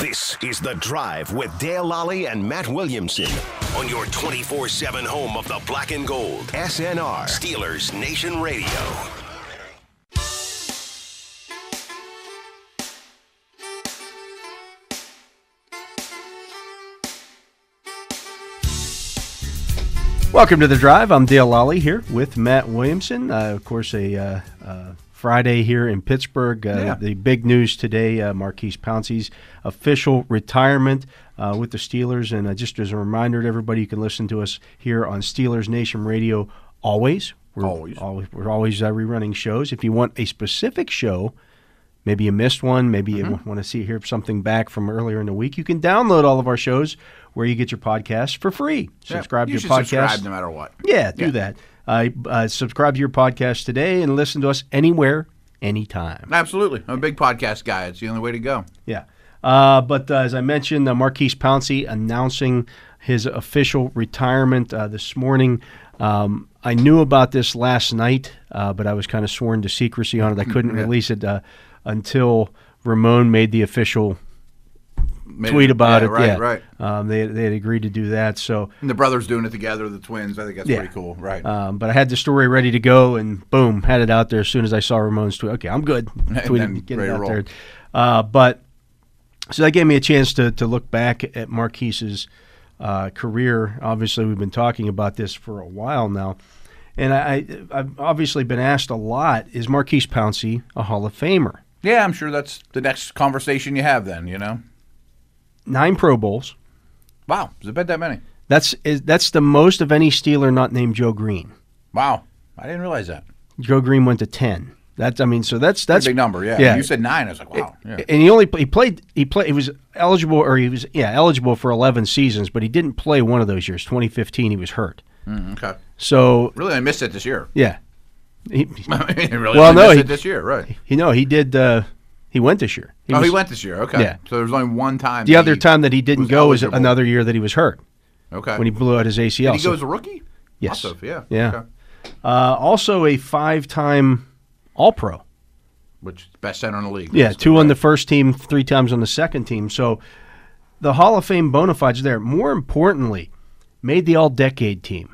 This is The Drive with Dale Lally and Matt Williamson on your 24 7 home of the black and gold. SNR, Steelers Nation Radio. Welcome to the drive. I'm Dale Lally here with Matt Williamson. Uh, of course, a uh, uh, Friday here in Pittsburgh. Uh, Yeah. The big news today: uh, Marquise Pouncey's official retirement uh, with the Steelers. And uh, just as a reminder to everybody, you can listen to us here on Steelers Nation Radio always. We're Always. always we're always uh, rerunning shows. If you want a specific show. Maybe you missed one. Maybe you Mm-hmm. want to see hear something back from earlier in the week. You can download all of our shows where you get your podcasts for free. Yeah, Subscribe you to should your podcast. Subscribe no matter what. Yeah, do that. Uh, uh, subscribe to your podcast today and listen to us anywhere, anytime. Absolutely. I'm a big podcast guy. It's the only way to go. Yeah. Uh, but uh, as I mentioned, uh, Marquise Pouncey announcing his official retirement uh, this morning. Um, I knew about this last night, uh, but I was kind of sworn to secrecy on it. I couldn't release it uh, until Ramon made the official Made tweet about yeah, it. Right, yeah, right. Um, they, they had agreed to do that. So And the brothers doing it together, the twins. I think that's Yeah. pretty cool. Right. Um, but I had the story ready to go, and boom, had it out there as soon as I saw Ramon's tweet. Okay, I'm good. then Tweeted, get ready it to out roll. there. Uh, but so that gave me a chance to to look back at Marquise's uh, career. Obviously, we've been talking about this for a while now, and I, I I've obviously been asked a lot: Is Marquise Pouncey a Hall of Famer? yeah, I'm sure that's the next conversation you have then, you know? Nine Pro Bowls. Wow. Does it bet that many? That's is, that's the most of any Steeler not named Joe Green. Wow. I didn't realize that. Joe Green went to ten. That's I mean, so that's that's Big number, yeah. Yeah. You said nine. I was like, wow. yeah. And he only he played he played he was eligible or he was yeah eligible for 11 seasons, but he didn't play one of those years. 2015 he was hurt. Mm, okay. So Really, I missed it this year. yeah, he, I mean, really, Well, I no, missed he- it this year, right? he no he did uh, he went this year. oh, he was- went this year. Okay. Yeah. So there was only one time. The that other he- time that he didn't was go was eligible. another year that he was hurt Okay. when he blew out his ACL. Did he So- go as a rookie? yes, Also, yeah. yeah. Okay. Uh, also a five-time All-Pro. Which is best center in the league. Yeah, two on the first team, three times on the second team. So the Hall of Fame bona fides there. More importantly, made the All Decade team.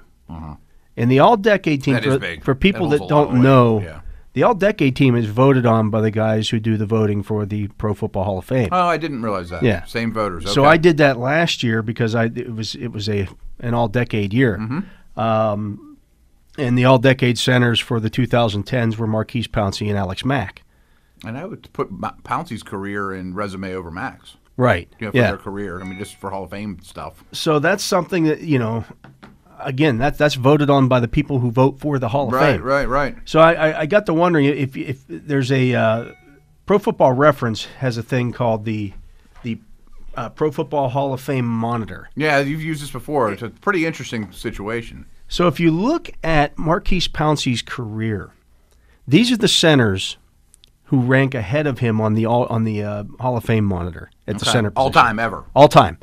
And the All Decade team Uh-huh. That is for, big. for people That that, holds a lot of don't weight, know, yeah. the All Decade team is voted on by the guys who do the voting for the Pro Football Hall of Fame. Oh, I didn't realize that. Yeah. Same voters. So okay. I did that last year because I it was it was a an all decade year. Um, Mm-hmm. and the all decade centers for the 2010s were Marquise Pouncey and Alex Mack. And I would put Ma- Pouncey's career and resume over Max. Right. You know, for their career. I mean, just for Hall of Fame stuff. so that's something that you know again that that's voted on by the people who vote for the hall of Right, fame right, right. so I, I i got to wondering if if there's a uh, pro football reference has a thing called the the uh, pro football hall of fame monitor Yeah, you've used this before. It's a pretty interesting situation. so if you look at marquise pouncey's career these are the centers who rank ahead of him on the all on the uh, hall of fame monitor at the center All position. time ever, all time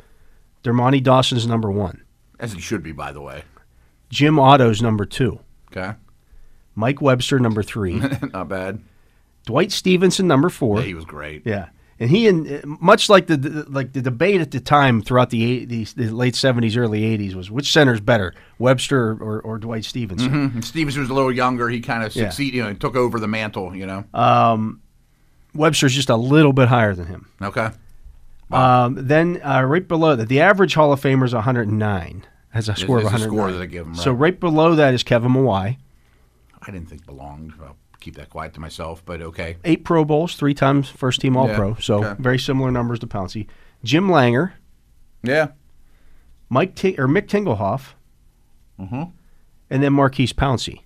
dermonte dawson's number one as it should be, by the way. jim otto's number two Okay, mike webster number three not bad. Dwight Stevenson, number four. Yeah, Yeah, he was great. and he and uh, much like the- the like the debate at the time throughout the eight, the, the late seventies, early eighties was which center's better, Webster or, or Dwight Stevenson. And Hmm. Stevenson was a little younger. He kind of Yeah. Uh, succeeded, you know, took over the mantle, you know. Mm-hmm. Webster's just a little bit higher than him. okay. Um, then uh, right below that, the average Hall of Famer is one hundred and nine. Has a score is of 109. the score that they give him, So right. right below that is Kevin Mawai. I didn't think belonged. I'll keep that quiet to myself, but okay. Eight Pro Bowls, three times first team All Pro. So okay. very similar numbers to Pouncey. Jim Langer, Yeah. Mike T- or Mick Tinglehoff, Mm-hmm. and then Marquise Pouncey.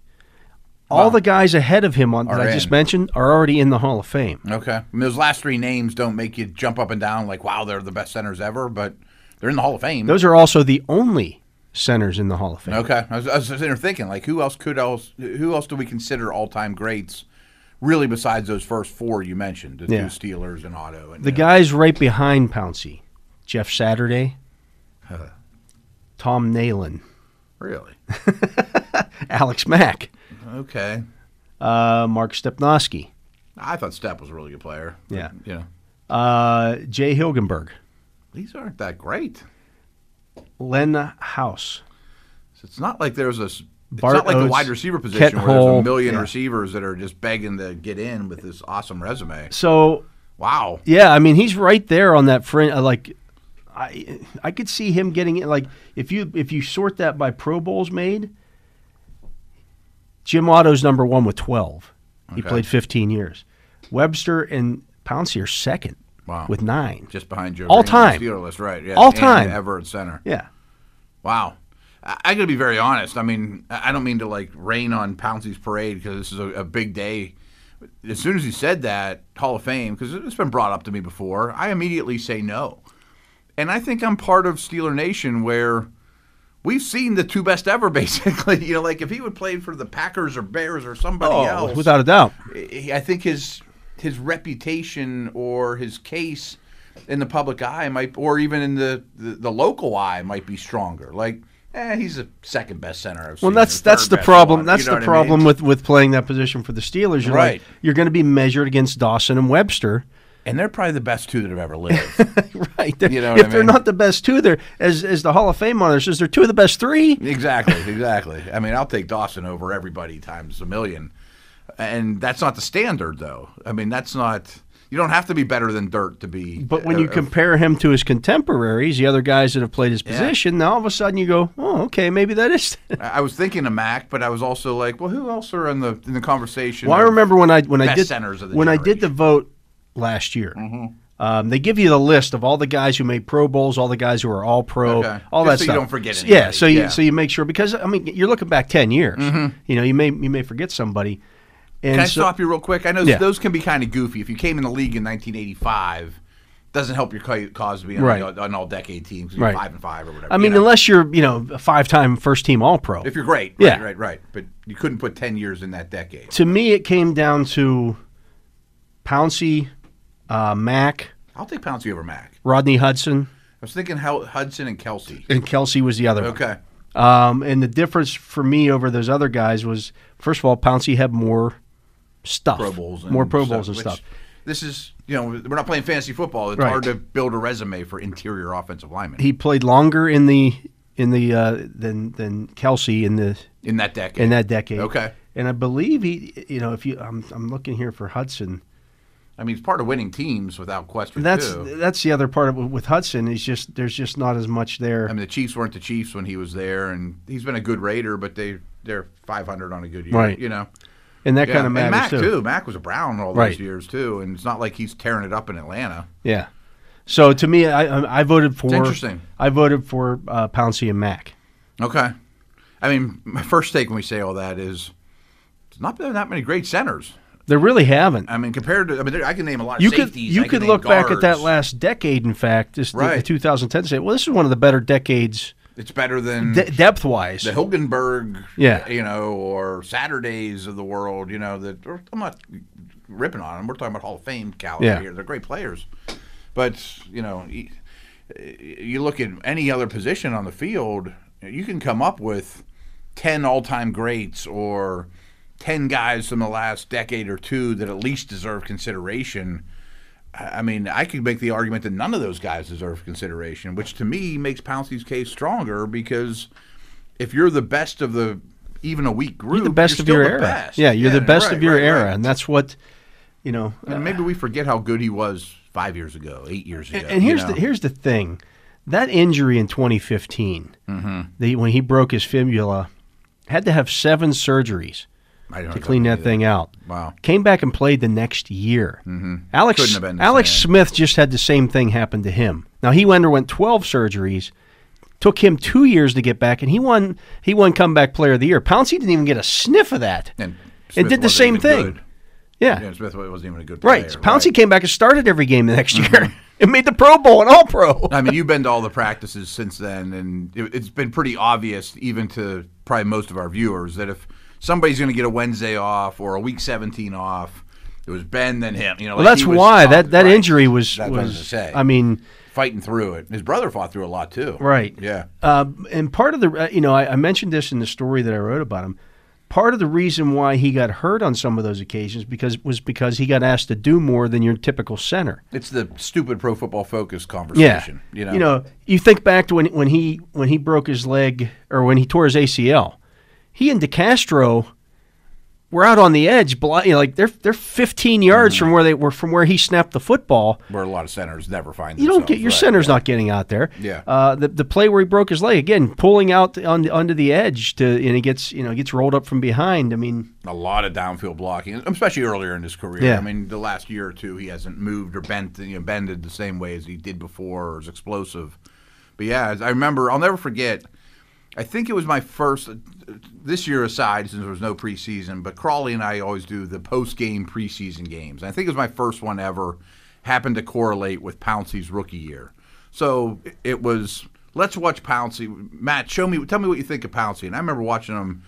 All the guys ahead of him on that Are I in. just mentioned are already in the Hall of Fame. Okay. I mean, those last three names don't make you jump up and down like, wow, they're the best centers ever, but they're in the Hall of Fame. Those are also the only centers in the Hall of Fame. Okay, I was, I was sitting there thinking, like, who else could else? Who else do we consider all time greats? Really, besides those first four you mentioned, the Yeah. two Steelers and Otto, and The guys right behind Pouncey, Jeff Saturday, Tom Nalen, really Alex Mack, okay. uh, Mark Stepnoski, I thought Step was a really good player. Yeah. you know, uh, Jay Hilgenberg, These aren't that great. Len House. So it's not like there's a. s- It's Bart not like the Oates, wide receiver position Kent where there's Hall, a million yeah. receivers that are just begging to get in with this awesome resume. So Wow. yeah, I mean he's right there on that fringe. uh, Like I I could see him getting it. Like if you if you sort that by Pro Bowls made, Jim Otto's number one with twelve. He Okay. played fifteen years. Webster and Pouncey are second Wow. with nine. Just behind Joe All Green on time. the Steeler list, right? Yeah, All and time. Everett center. Yeah. Wow. I, I got to be very honest. I mean, I I don't mean to like rain on Pouncey's parade because this is a, a big day. As soon as he said that Hall of Fame, because it's been brought up to me before, I immediately say no. And I think I'm part of Steeler Nation where we've seen the two best ever, basically. You know, like if he would play for the Packers or Bears or somebody else, Oh, without a doubt. he- I think his his reputation or his case in the public eye might, or even in the the, the local eye, might be stronger. Like, eh, he's the second best center. I've Well, seen, that's or that's third the best problem. one, that's you know the what I mean? problem with with playing that position for the Steelers. You're Right. like, you're going to be measured against Dawson and Webster. And they're probably the best two that have ever lived. right. They're- You know what if I they're mean? not the best two, they're as as the Hall of Fame honor says, they're two of the best three. exactly, exactly. I mean, I'll take Dawson over everybody times a million. And that's not the standard, though. I mean, that's not. You don't have to be better than Dirt to be. But when a- you a- compare him to his contemporaries, the other guys that have played his position, now all of a sudden you go, oh, okay, maybe that is. I I was thinking of Mac, but I was also like, well, who else are in the in the conversation? Well, I of- remember when I when I best did centers of the Mm-hmm. when I did the vote last year. Um, they give you the list of all the guys who made Pro Bowls, all the guys who are All Pro, Okay. all Just that so you stuff. don't forget So- Yeah, anybody. so you Yeah. Mm-hmm. so you make sure because I mean you're looking back ten years. You know you may you may forget somebody. And Can I so, stop you real quick? I know Yeah. those can be kind of goofy. If you came in the league in 1985, doesn't help your ca- cause to be on Right. the- an all-decade team 'cause Right. you're five and five or whatever. I you mean, know. unless you're you know a five time first team All Pro. if you're great, Yeah. right, right, right. But you couldn't put 10 years in that decade. to me, it came down to Pouncey, uh, Mack, I'll take Pouncey over Mac. I Rodney Hudson, was thinking how Hudson and Kelsey. and Kelsey was the other. one. Okay, Um, and the difference for me over those other guys was, first of all, Pouncey had more stuff, Pro Bowls, and more Pro Bowls and which stuff. This is, you know, we're not playing fantasy football. It's Right. hard to build a resume for interior offensive linemen He played longer in the in the uh, than than Kelsey in the in that decade. in that decade. Okay. and I believe he, you know, if you, I'm, I'm looking here for Hudson. I mean, it's part of winning teams without question. That's too. that's the other part of, with Hudson is just there's just not as much there. I mean, the Chiefs weren't the Chiefs when he was there, and he's been a good Raider, but they they're 500 on a good year, Right. You know, and that Yeah. kind of and matters Mac too. Mac was a Brown all Right. those years too, and it's not like he's tearing it up in Atlanta. Yeah. So to me, I I- I voted for interesting. I voted for uh, Pouncey and Mac. Okay, I mean, my first take when we say all that is, there's not been that many great centers. They really haven't. I mean, compared to, I mean, there- I can name a lot of you could Uh, safeties. you I can could name look back at that guards. last decade. In fact, this the- the, Right. 2010 say, well, this is one of the better decades It's better than de- depth wise. Mm. the Hilgenberg, Yeah. you know, or Saturdays of the world, you know, that or- I'm not ripping on them. We're talking about Hall of Fame caliber Yeah. here. They're great players, but you know, y- you look at any other position on the field, you can come up with ten all-time greats or ten guys from the last decade or two that at least deserve consideration. I I mean, I could make the argument that none of those guys deserve consideration, which to me makes Pouncey's case stronger because if you're the best of the even a weak group, You're the best you're of still your the era. best. Yeah, you're the best right, of your right, era, right. and that's what you know. And maybe we forget how good he was five years ago, eight years ago. and you here's know? the here's the thing, that injury in 2015, Mm-hmm. the, when he broke his fibula, had to have seven surgeries I don't to know clean exactly that thing out. Wow. Came back and played the next year. Alex Mm-hmm. Couldn't have been the Alex same. Smith just had the same thing happen to him. Now he underwent twelve surgeries. Took him two years to get back, and he won. He won comeback player of the year. Pouncey didn't even get a sniff of that. And it Smith did the wasn't same even thing. good. Yeah, Yeah, Smith wasn't even a good player. right. Pouncey came back and started every game the next Mm-hmm. year, and made the Pro Bowl and All Pro. I mean, you've been to all the practices since then, and it, it's been pretty obvious, even to probably most of our viewers, that if somebody's going to get a Wednesday off or a week 17 off, it was Ben then him. You know, Well, like, that's he was why up, that that right, injury was That's what I was was. gonna say. I mean, fighting through it. His brother fought through a lot too. Right. Yeah. Uh, and part of the, uh, you know, I, I mentioned this in the story that I wrote about him. part of the reason why he got hurt on some of those occasions because was because he got asked to do more than your typical center. It's the stupid pro football focus conversation. You know, You know, you think back to when when he when he broke his leg or when he tore his ACL, he and DeCastro were out on the edge, bli- you know, like they're they're 15 yards Mm-hmm. from where they were from where he snapped the football. where a lot of centers never find. You don't get themselves, your right, center's yeah. not getting out there. Yeah. Uh, the the play where he broke his leg again, pulling out on under the edge to and he gets you know gets rolled up from behind. I mean, a lot of downfield blocking, especially earlier in his career. Yeah. I mean, the last year or two, he hasn't moved or bent, you know, bended the same way as he did before, or is explosive. But yeah, as I remember, I'll never forget. I think it was my first. This year aside, since there was no preseason, but Crawley and I always do the post-game preseason games. I think it was my first one ever. Happened to correlate with Pouncey's rookie year, so it was. Let's watch Pouncey. Matt, show me. Tell me what you think of Pouncey. And I remember watching him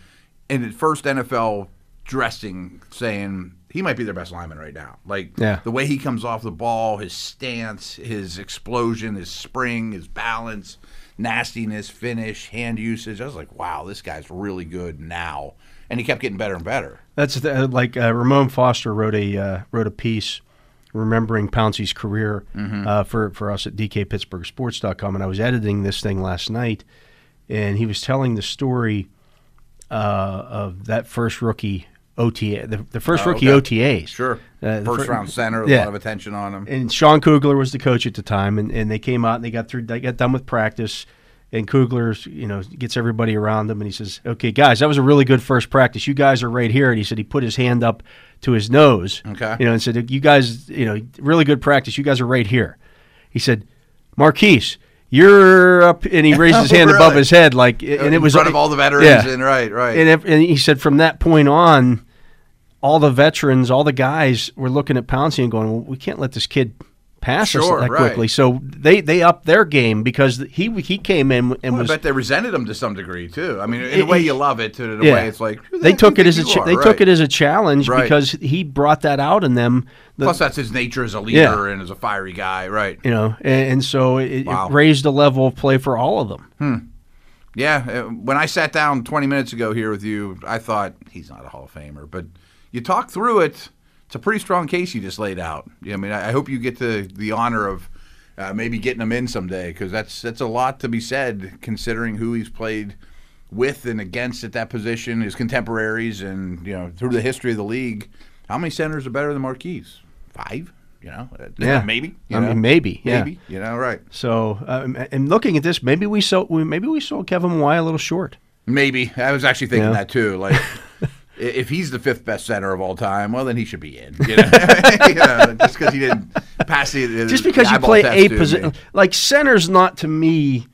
in his first NFL dressing, saying he might be their best lineman right now. Like Yeah. the way he comes off the ball, his stance, his explosion, his spring, his balance, nastiness, finish, hand usage. I was like, wow, this guy's really good now. And he kept getting better and better. that's the, like uh, Ramon Foster wrote a uh, wrote a piece remembering Pouncey's career Mm-hmm. uh, for for us at DKPittsburghSports.com, and I was editing this thing last night, and he was telling the story uh, of that first rookie OTA, the, the first Oh, rookie okay. OTAs. Sure. Uh, the First fir- round center, a Yeah. lot of attention on him. and Sean Kugler was the coach at the time, and, and they came out and they got through, they got done with practice, and Kugler, you know, gets everybody around him, and he says, "Okay, guys, that was a really good first practice. You guys are right here." And he said he put his hand up to his nose, Okay. you know, and said, "You guys, you know, really good practice. You guys are right here." He said, "Marquise." You're up, and he raised his hand above Really? his head, like, and it in was front of all the veterans Yeah and right, right. and, if, and he said from that point on, all the veterans, all the guys were looking at Pouncey and going, well, "We can't let this kid pass Sure, us that right. quickly." So they they upped their game because he he came in and I was bet they resented him to some degree too. I mean, in a It- way you love it, to the yeah. way it's like who the they heck do you took it think as a you cha- are? they Right. took it as a challenge Right. because he brought that out in them. The- Plus, that's his nature as a leader Yeah. and as a fiery guy, right? you know, and, and so it, it Wow. raised the level of play for all of them. Yeah, uh, when I sat down 20 minutes ago here with you, I thought he's not a Hall of Famer, but you talk through it. It's a pretty strong case you just laid out. Yeah, I mean, I I hope you get the the honor of uh, maybe getting him in someday because that's that's a lot to be said considering who he's played with and against at that position, his contemporaries, and you know through the history of the league. How many centers are better than Marquise? Five, you know, Uh, Yeah. maybe. you I know? mean, maybe, yeah. maybe, you know, right? So, um, and looking at this, maybe we sold we- maybe we sold Kevin Y a little short. Maybe I was actually thinking Yeah. that too. Like, i- if he's the fifth best center of all time, well, then he should be in. You know, You know, just because he didn't pass the, the just because the you eyeball play test a to position, me. like center's not to me.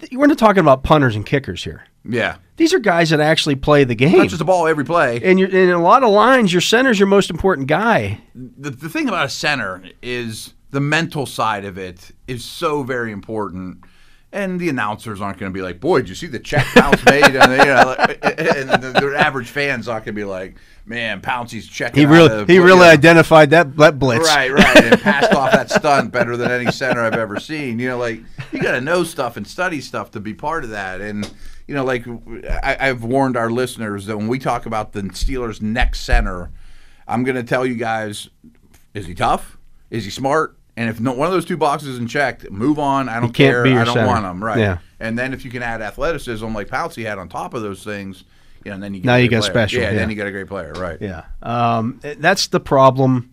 th- We're not talking about punters and kickers here. Yeah, These are guys that actually play the game. touches the ball every play. And you're, in a lot of lines, your center's your most important guy. the, the thing about a center is the mental side of it is so very important. And the announcers aren't going to be like, "Boy, did you see the check bounce made?" And, they, you know, like- and the, their average fans not going to be like, "Man, Pouncey's checking." He out really, the- he you really know. identified that that blitz. Right, right. And passed off that stunt better than any center I've ever seen. You know, like you got to know stuff and study stuff to be part of that. And you know, like I, I've warned our listeners that when we talk about the Steelers' next center, I'm going to tell you guys: is he tough? Is he smart? And if no, one of those two boxes isn't checked, move on. I don't can't care. be your I don't center. want him. Right. Yeah. And then if you can add athleticism like Pouncey had on top of those things, you know, and then you get Now a you great got player. special, Yeah, yeah. Then you got a great player. Right. Yeah, um, that's the problem.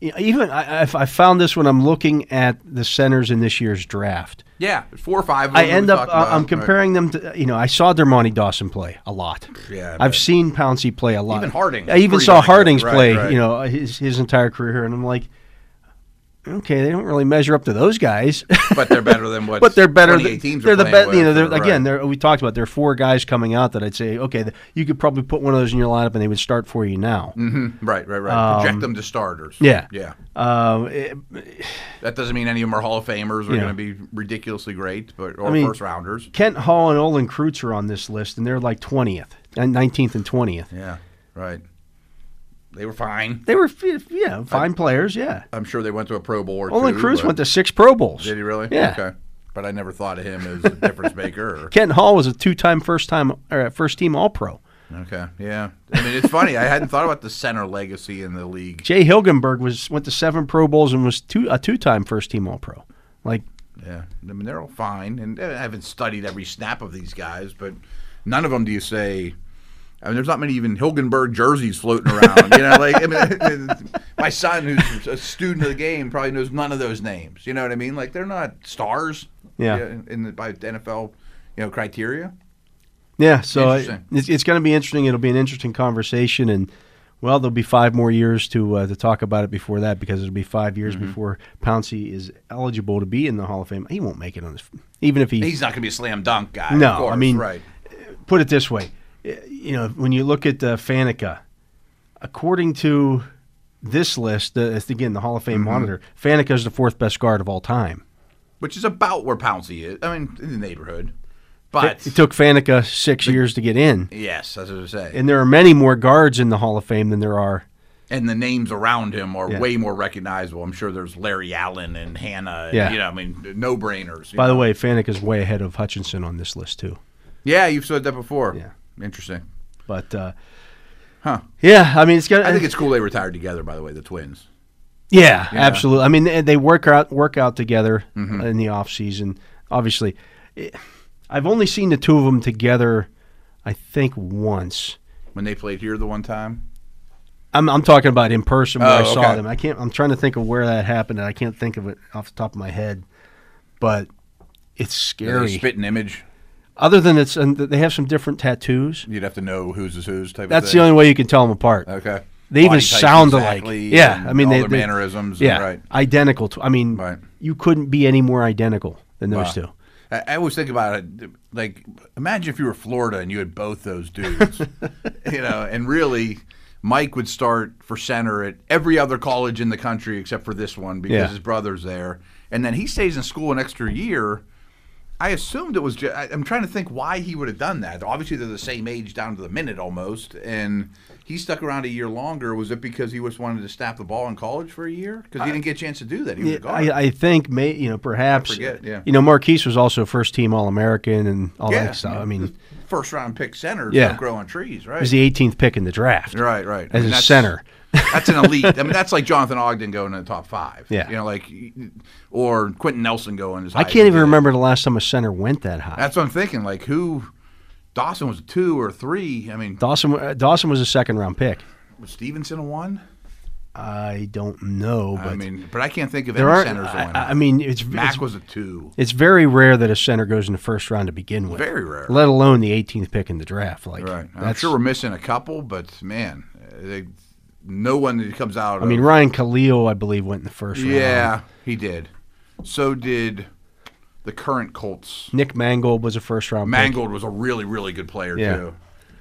You know, Even I, I- I found this when I'm looking at the centers in this year's draft. Yeah, four or five. Of I them end we up uh, talked about. I'm Right. comparing them to you know I saw Dermonti Dawson play a lot. Yeah, I I've bet. seen Pouncey play a lot. Even Harding I was even pretty saw darn good. Harding's Right, play. right. You know his his entire career, and I'm like, okay, they don't really measure up to those guys. but they're better than what. But they're better. Than, 28 teams they're are the playing best. You know, with, they're, right. again, they're, we talked about there are four guys coming out that I'd say, okay, th you could probably put one of those in your lineup and they would start for you now. Mm-hmm. right, right, right. Project them to starters. um, yeah. yeah. Uh, it- That doesn't mean any of them are Hall of Famers. Are Yeah. going to be ridiculously great, but or mean- first rounders. Kent Hall and Olin Kreutz are on this list, and they're like twentieth, nineteenth, and twentieth. Yeah, right. They were fine. They were, f- yeah, fine players. Yeah. I'm sure they went to a Pro Bowl. Or Olin two, Cruz but- went to six Pro Bowls. Did he really? Yeah. Okay. But I never thought of him as a difference maker. Or, Kent Hall was a two-time first time or uh, first team All Pro. Okay. Yeah. I mean, it's funny. I hadn't thought about the center legacy in the league. Jay Hilgenberg was went to seven Pro Bowls and was two a two time first team All Pro. Like Yeah. I mean, they're all fine, and I haven't studied every snap of these guys, but none of them do you say. I mean, there's not many even Hilgenberg jerseys floating around. You know, like I mean, my son, who's a student of the game, probably knows none of those names. You know what I mean? Like they're not stars. Yeah. in, in the, by NFL, you know, criteria. Yeah, so I, Interesting. it's, it's going to be interesting. It'll be an interesting conversation, and well, there'll be five more years to uh, to talk about it before that because it'll be five years Mm-hmm. before Pouncey is eligible to be in the Hall of Fame. He won't make it on this, even if he He's not going to be a slam dunk guy. No, of course, I mean- right. put it this way. eh, You know, when you look at uh, Faneca, according to this list, uh, it's again the Hall of Mm-hmm. Fame monitor, Faneca is the fourth best guard of all time. Which is about where Pouncey is. I mean, in the neighborhood. It, But it took Faneca six years to get in, yes, that's what I was saying. and there are many more guards in the Hall of Fame than there are. and the names around him are Yeah. way more recognizable. I'm sure there's Larry Allen and Hannah. And, Yeah. You know, I mean, no brainers. By the way, Faneca's way ahead of Hutchinson on this list too. Yeah, you've said that before. Yeah. Interesting. But uh, Huh. yeah, I mean, it's got. I think it's cool they retired together, by the way, the twins. yeah, absolutely. I mean, they, they work out work out together Mm-hmm. in the off season. Obviously, It- I've only seen the two of them together. I think once. When they played here the one time. I'm, I'm talking about in person where Oh, I saw okay. them. I can't. I'm trying to think of where that happened, and I can't think of it off the top of my head. But it's They scary. spit an image. Other than it's, and they have some different tattoos. You'd have to know whose is whose type That's of the thing. only way you can tell them apart. Okay. They even Body types sound exactly, alike. Yeah, and I mean all they, their they- mannerisms. Yeah, And, right. identical. To, I mean, Right. you couldn't be any more identical than those Wow. two. I, I always think about it. Like, imagine if you were Florida and you had both those dudes, you know, and really, Mike would start for center at every other college in the country except for this one because Yeah. his brother's there, and then he stays in school an extra year. I assumed it was. Just, I, I'm trying to think why he would have done that. Obviously, they're the same age down to the minute almost, and he stuck around a year longer. Was it because he just wanted to snap the ball in college for a year? Because he didn't get a chance to do that. He was a guard. I, I think, may, you know, perhaps, forget, yeah. you know, Marquise was also first team All American and all Yeah. that stuff. I mean, first round pick centers Yeah. don't grow on trees, right? he was the 18th pick in the draft right, right. I as a mean, that's- center. that's an elite. I mean, that's like Jonathan Ogden going in the top five. Yeah. you know, like or Quentin Nelson going as. I high as he can't even did. remember the last time a center went that high. That's what I'm thinking. Like who? Dawson was a two or a three. I mean, Dawson uh, Dawson was a second round pick. was Stevenson a one? I don't know, but I mean, but I can't think of there any aren't. centers I, going. I- I mean, it's Mac it's, was a two. it's very rare that a center goes in the first round to begin with. Very rare. let alone the 18th pick in the draft. Like, Right. I'm that's- sure we're missing a couple, but man, uh, they, no one that comes out. I mean, of, Ryan Khalil, I believe, went in the first round. yeah, he did. So did the current Colts Nick Mangold was a first round pick. Mangold was a really, really good player Yeah. too.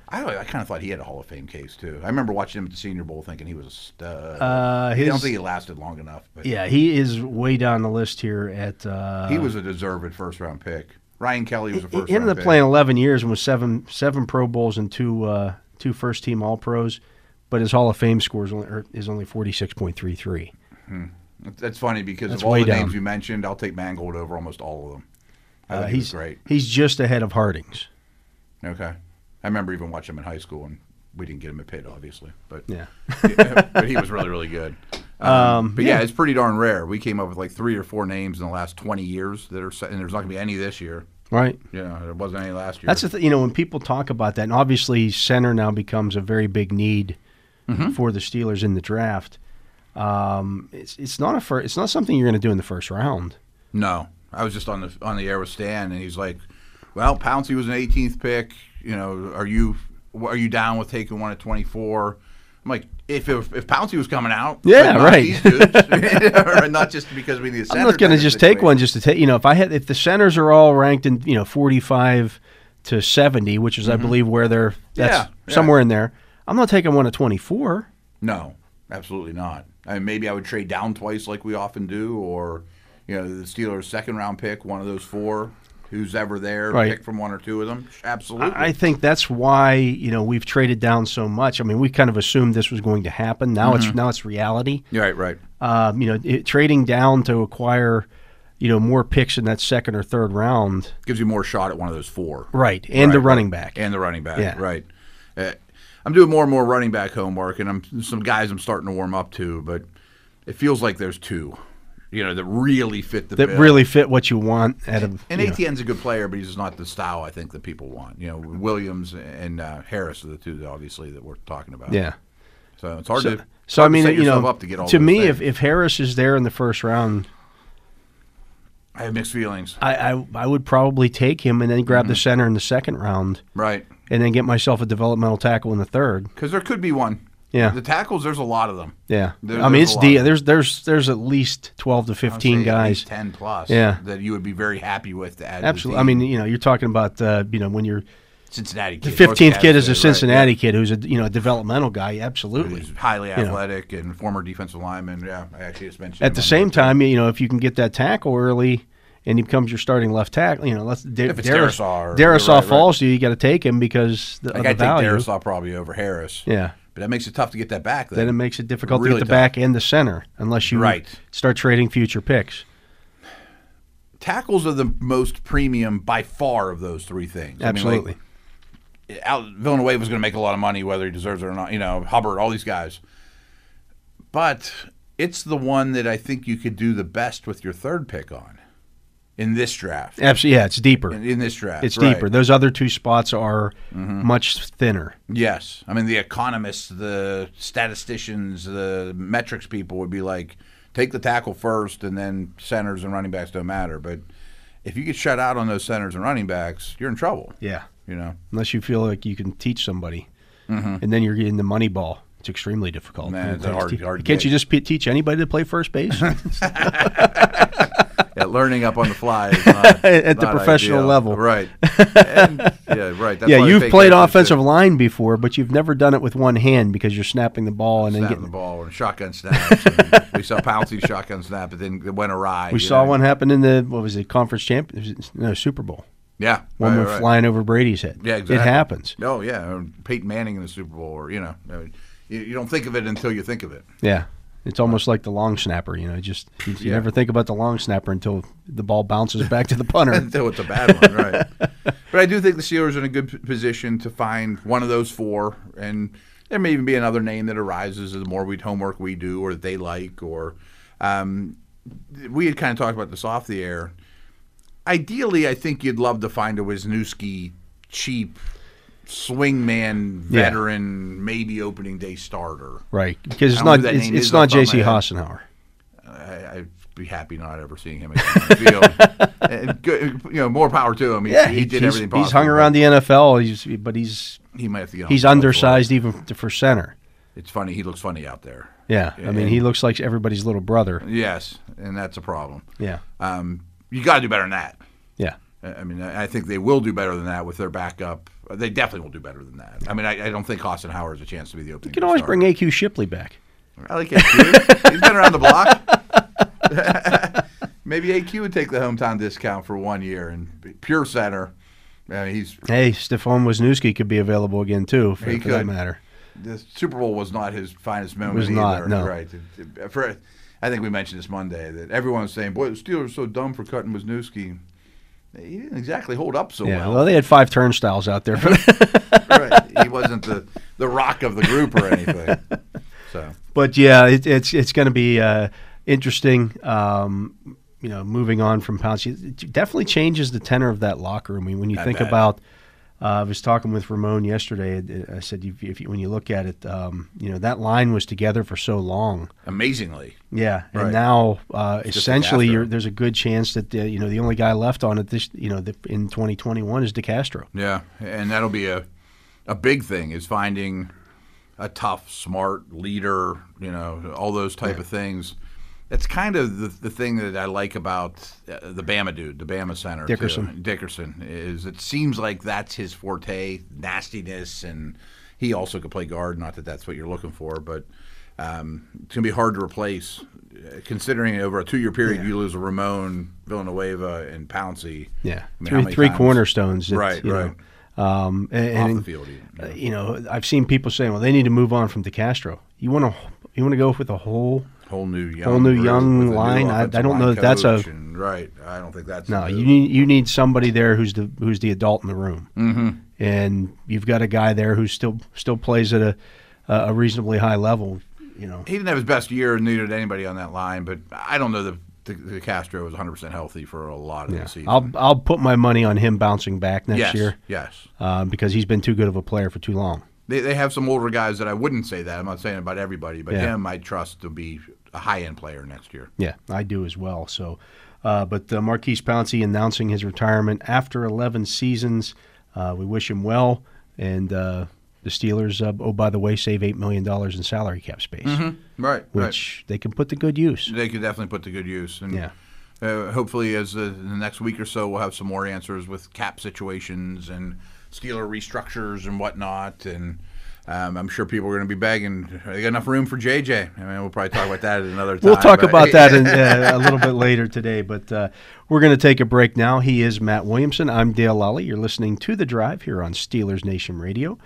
I, I kind of thought he had a Hall of Fame case too. I remember watching him at the Senior Bowl, thinking he was a stud. Uh, I don't his- think he lasted long enough, but Yeah, he is way down the list here at. Uh, he was a deserved first round pick. Ryan Kelly was a he first. round ended up pick. playing 11 years and was seven seven Pro Bowls and two uh, two first team All Pros, but his Hall of Fame score is only, er, is only 46.33. That's funny because That's of all way the down. names you mentioned, I'll take Mangold over almost all of them. I Uh, think he was he's great. He's just ahead of Harding's. Okay, I remember even watching him in high school, and we didn't get him at Pitt, obviously, but Yeah. but he was really, really good. Um, but yeah, yeah. it's pretty darn rare. We came up with like three or four names in the last twenty years that are, set- and there's not going to be any this year. Right. Yeah, there wasn't any last year. That's the th- you know when people talk about that, and obviously center now becomes a very big need Mm-hmm. for the Steelers in the draft. Um, it's it's not a fir- it's not something you're going to do in the first round. no. I was just on the on the air with Stan, and he's like, "Well, Pouncey was an 18th pick. You know, are you are you down with taking one at 24?" I'm like, "If if, if Pouncey was coming out, but Yeah, not right. These dudes, not just because we need a center. I'm not going to type of just take situation. one just to take you know if I had if the centers are all ranked in you know 45 to 70, which is I believe where they're that's Mm-hmm. Yeah, yeah. somewhere in there. I'm not taking one at 24. No, absolutely not. I mean, maybe I would trade down twice like we often do, or you know, the Steelers' second round pick, one of those four, who's ever there, Right. pick from one or two of them. Absolutely. I I think that's why you know we've traded down so much. I mean, we kind of assumed this was going to happen. Now it's Mm-hmm. now it's reality. You're right, right. um, you know, it, trading down to acquire, you know, more picks in that second or third round. Gives you more shot at one of those four. Right. And the running back. and the running back. Yeah. Right. Uh, I'm doing more and more running back homework, and I'm some guys I'm starting to warm up to, but it feels like there's two, you know, that really fit the that bill. really fit what you want out of And you know. ATN's a good player, but he's just not the style I think that people want. You know, Williams and uh, Harris are the two, that obviously, that we're talking about. Yeah. So it's hard So, to. so I hard to mean, set you yourself know, up to, get all to those me, things. if, if Harris is there in the first round, I have mixed feelings, I, I I would probably take him and then grab Mm-hmm. the center in the second round right? and then get myself a developmental tackle in the third. Because there could be one. Yeah. The tackles, there's a lot of them. Yeah, There- I mean there's it's a D. lot. There's there's there's at least twelve to I'd fifteen say at guys. least ten plus. Yeah. that you would be very happy with. To add to the Absolutely. I team. mean, you know, you're talking about uh, you know when you're Cincinnati. the Kid, North fifteenth kid is a Carolina State, right, Cincinnati kid who's a you know a developmental guy. yeah. Absolutely. He's highly know. athletic and former defensive lineman. Yeah, I actually just mentioned At him the on same that. time, you know, if you can get that tackle early and he becomes your starting left tackle, you know, let's Dar- If it's Daris- Darisaw or- Darisaw right, right. falls to you, you got to take him because the, of like the I take value. Darisaw probably over Harris. Yeah. but that makes it tough to get that back. Then, Then it makes it difficult to Really get the tough. back and the center unless you Right. start trading future picks. tackles are the most premium by far of those three things. I mean, like, Absolutely. Al, Villanueva was going to make a lot of money, whether he deserves it or not. You know, Hubbard, all these guys. But it's the one that I think you could do the best with your third pick on in this draft. Absolutely. Yeah, it's deeper. In, in this draft, it's right. Mm-hmm. deeper. Those other two spots are much thinner. Yes, I mean the economists, the statisticians, the metrics people would be like, take the tackle first, and then centers and running backs don't matter. But if you get shut out on those centers and running backs, you're in trouble. Yeah. You know, unless you feel like you can teach somebody, and then you're getting the money ball. It's extremely difficult. Mm-hmm. Man, it's a hard- hard Can't you gig. just pe- teach anybody to play first base yeah, learning up on the fly is not, at the not professional ideal. level? right? And, yeah, right. That's yeah, why I you've think played that's just offensive it. line before, but you've never done it with one hand because you're snapping the ball and then Snapping getting. the ball and shotgun snaps. and we saw Pouncey shotgun snap, but then it went awry. we you saw know? one happen in the what was it conference champ? No Super Bowl. Yeah, One right, went right. flying over Brady's head. Yeah, exactly. It happens. Oh yeah, or Peyton Manning in the Super Bowl, or you know, I mean, you, you don't think of it until you think of it. Yeah. It's almost like the long snapper, you know. Just you, you Yeah. never think about the long snapper until the ball bounces back to the punter. Until it's a bad one, right? But I do think the Steelers are in a good p- position to find one of those four, and there may even be another name that arises the more we homework we do, or that they like, or um, th- we had kind of talked about this off the air. Ideally, I think you'd love to find a Wisniewski cheap swingman Yeah. veteran, maybe opening day starter. right. Because I it's don't know not who that it's, name it's is not off the top of JC my head. Hassenhauer. I, I'd be happy not ever seeing him again on the field. And good, you know, more power to him. He, he he's- did everything possible. He's hung around the NFL, he's, but he's but He might have to get. he's on the field undersized even to- for center. for it. It's funny. He looks funny out there. Yeah, I mean, he looks like everybody's little brother. Yes, and that's a problem. Yeah, Um, you got to do better than that. yeah, I I mean, I I think they will do better than that with their backup. They definitely will do better than that. I mean, I, I don't think Austin Howard has a chance to be the opening. you can always bring AQ Shipley back. I like AQ. He's been around the block. Maybe AQ would take the hometown discount for one year and be pure center. I mean, he's Hey, Stefan Wisniewski could be available again too, for, He for that could. matter. the Super Bowl was not his finest moment. was not, either, no. Right. It- it- for- I think we mentioned this Monday that everyone was saying, "Boy, the Steelers are so dumb for cutting Wisniewski." He didn't exactly hold up so Yeah, well, Oh, well. they had five turnstiles out there, right. He wasn't the, the rock of the group or anything. So but yeah, it, it's it's going to be uh, interesting. Um, you know, moving on from Pouncey, it definitely changes the tenor of that locker room. I mean, when you I think bet. about, uh, I was talking with Ramon yesterday. and uh, I said, if, if you, when you look at it, um, you know, that line was together for so long. amazingly, Yeah, and Right. now uh, just a cast essentially, you're, iron. there's a good chance that uh, you know the only guy left on it this you know the, in 2021 is DeCastro. yeah, and that'll be a a big thing is finding a tough, smart leader. You know, all those type of things. That's kind of the, the thing that I like about uh, the Bama dude, the Bama center, too. Dickerson. Dickerson is it seems like that's his forte, nastiness, and he also could play guard. Not that that's what you're looking for, but um, it's gonna be hard to replace, uh, considering over a two-year period you lose a Ramon, Villanueva, and Pouncey. Yeah, I mean, how three many three times? cornerstones. that, Right, you know, right. um, and, Off and, the field, even, uh, yeah. you know, I've seen people saying, "Well, they need to move on from DeCastro." You want to you want to go with a whole whole new young, Whole new group young with a new line. I- I offensive don't know line that that's a- coach and- right. I don't think that's no. a- You need you need somebody there who's the who's the adult in the room, mm-hmm. and you've got a guy there who still still plays at a a reasonably high level. You know, He didn't have his best year, neither did anybody on that line. But I don't know that the, the Castro was 100 percent healthy for a lot of the season. I'll I'll put my money on him bouncing back next yes, year yes. uh, because he's been too good of a player for too long. They, they have some older guys that I wouldn't say that. I'm not saying about everybody, but Yeah. him I trust to be a high end player next year. Yeah, I do as well. So, uh, but uh, Marquise Pouncey announcing his retirement after 11 seasons. Uh, we wish him well, and uh, the Steelers. Uh, oh, by the way, save eight million dollars in salary cap space, Right, which they can put to good use. They could definitely put to good use. And Yeah. uh, hopefully, as the, the next week or so, we'll have some more answers with cap situations and Steeler restructures and whatnot. And um, I'm sure people are going to be begging. They got enough room for JJ. I mean, we'll probably talk about that at another time. We'll talk but- about that in, uh, a little bit later today, but uh, we're going to take a break now. He is Matt Williamson. I'm Dale Lally. You're listening to The Drive here on Steelers Nation Radio.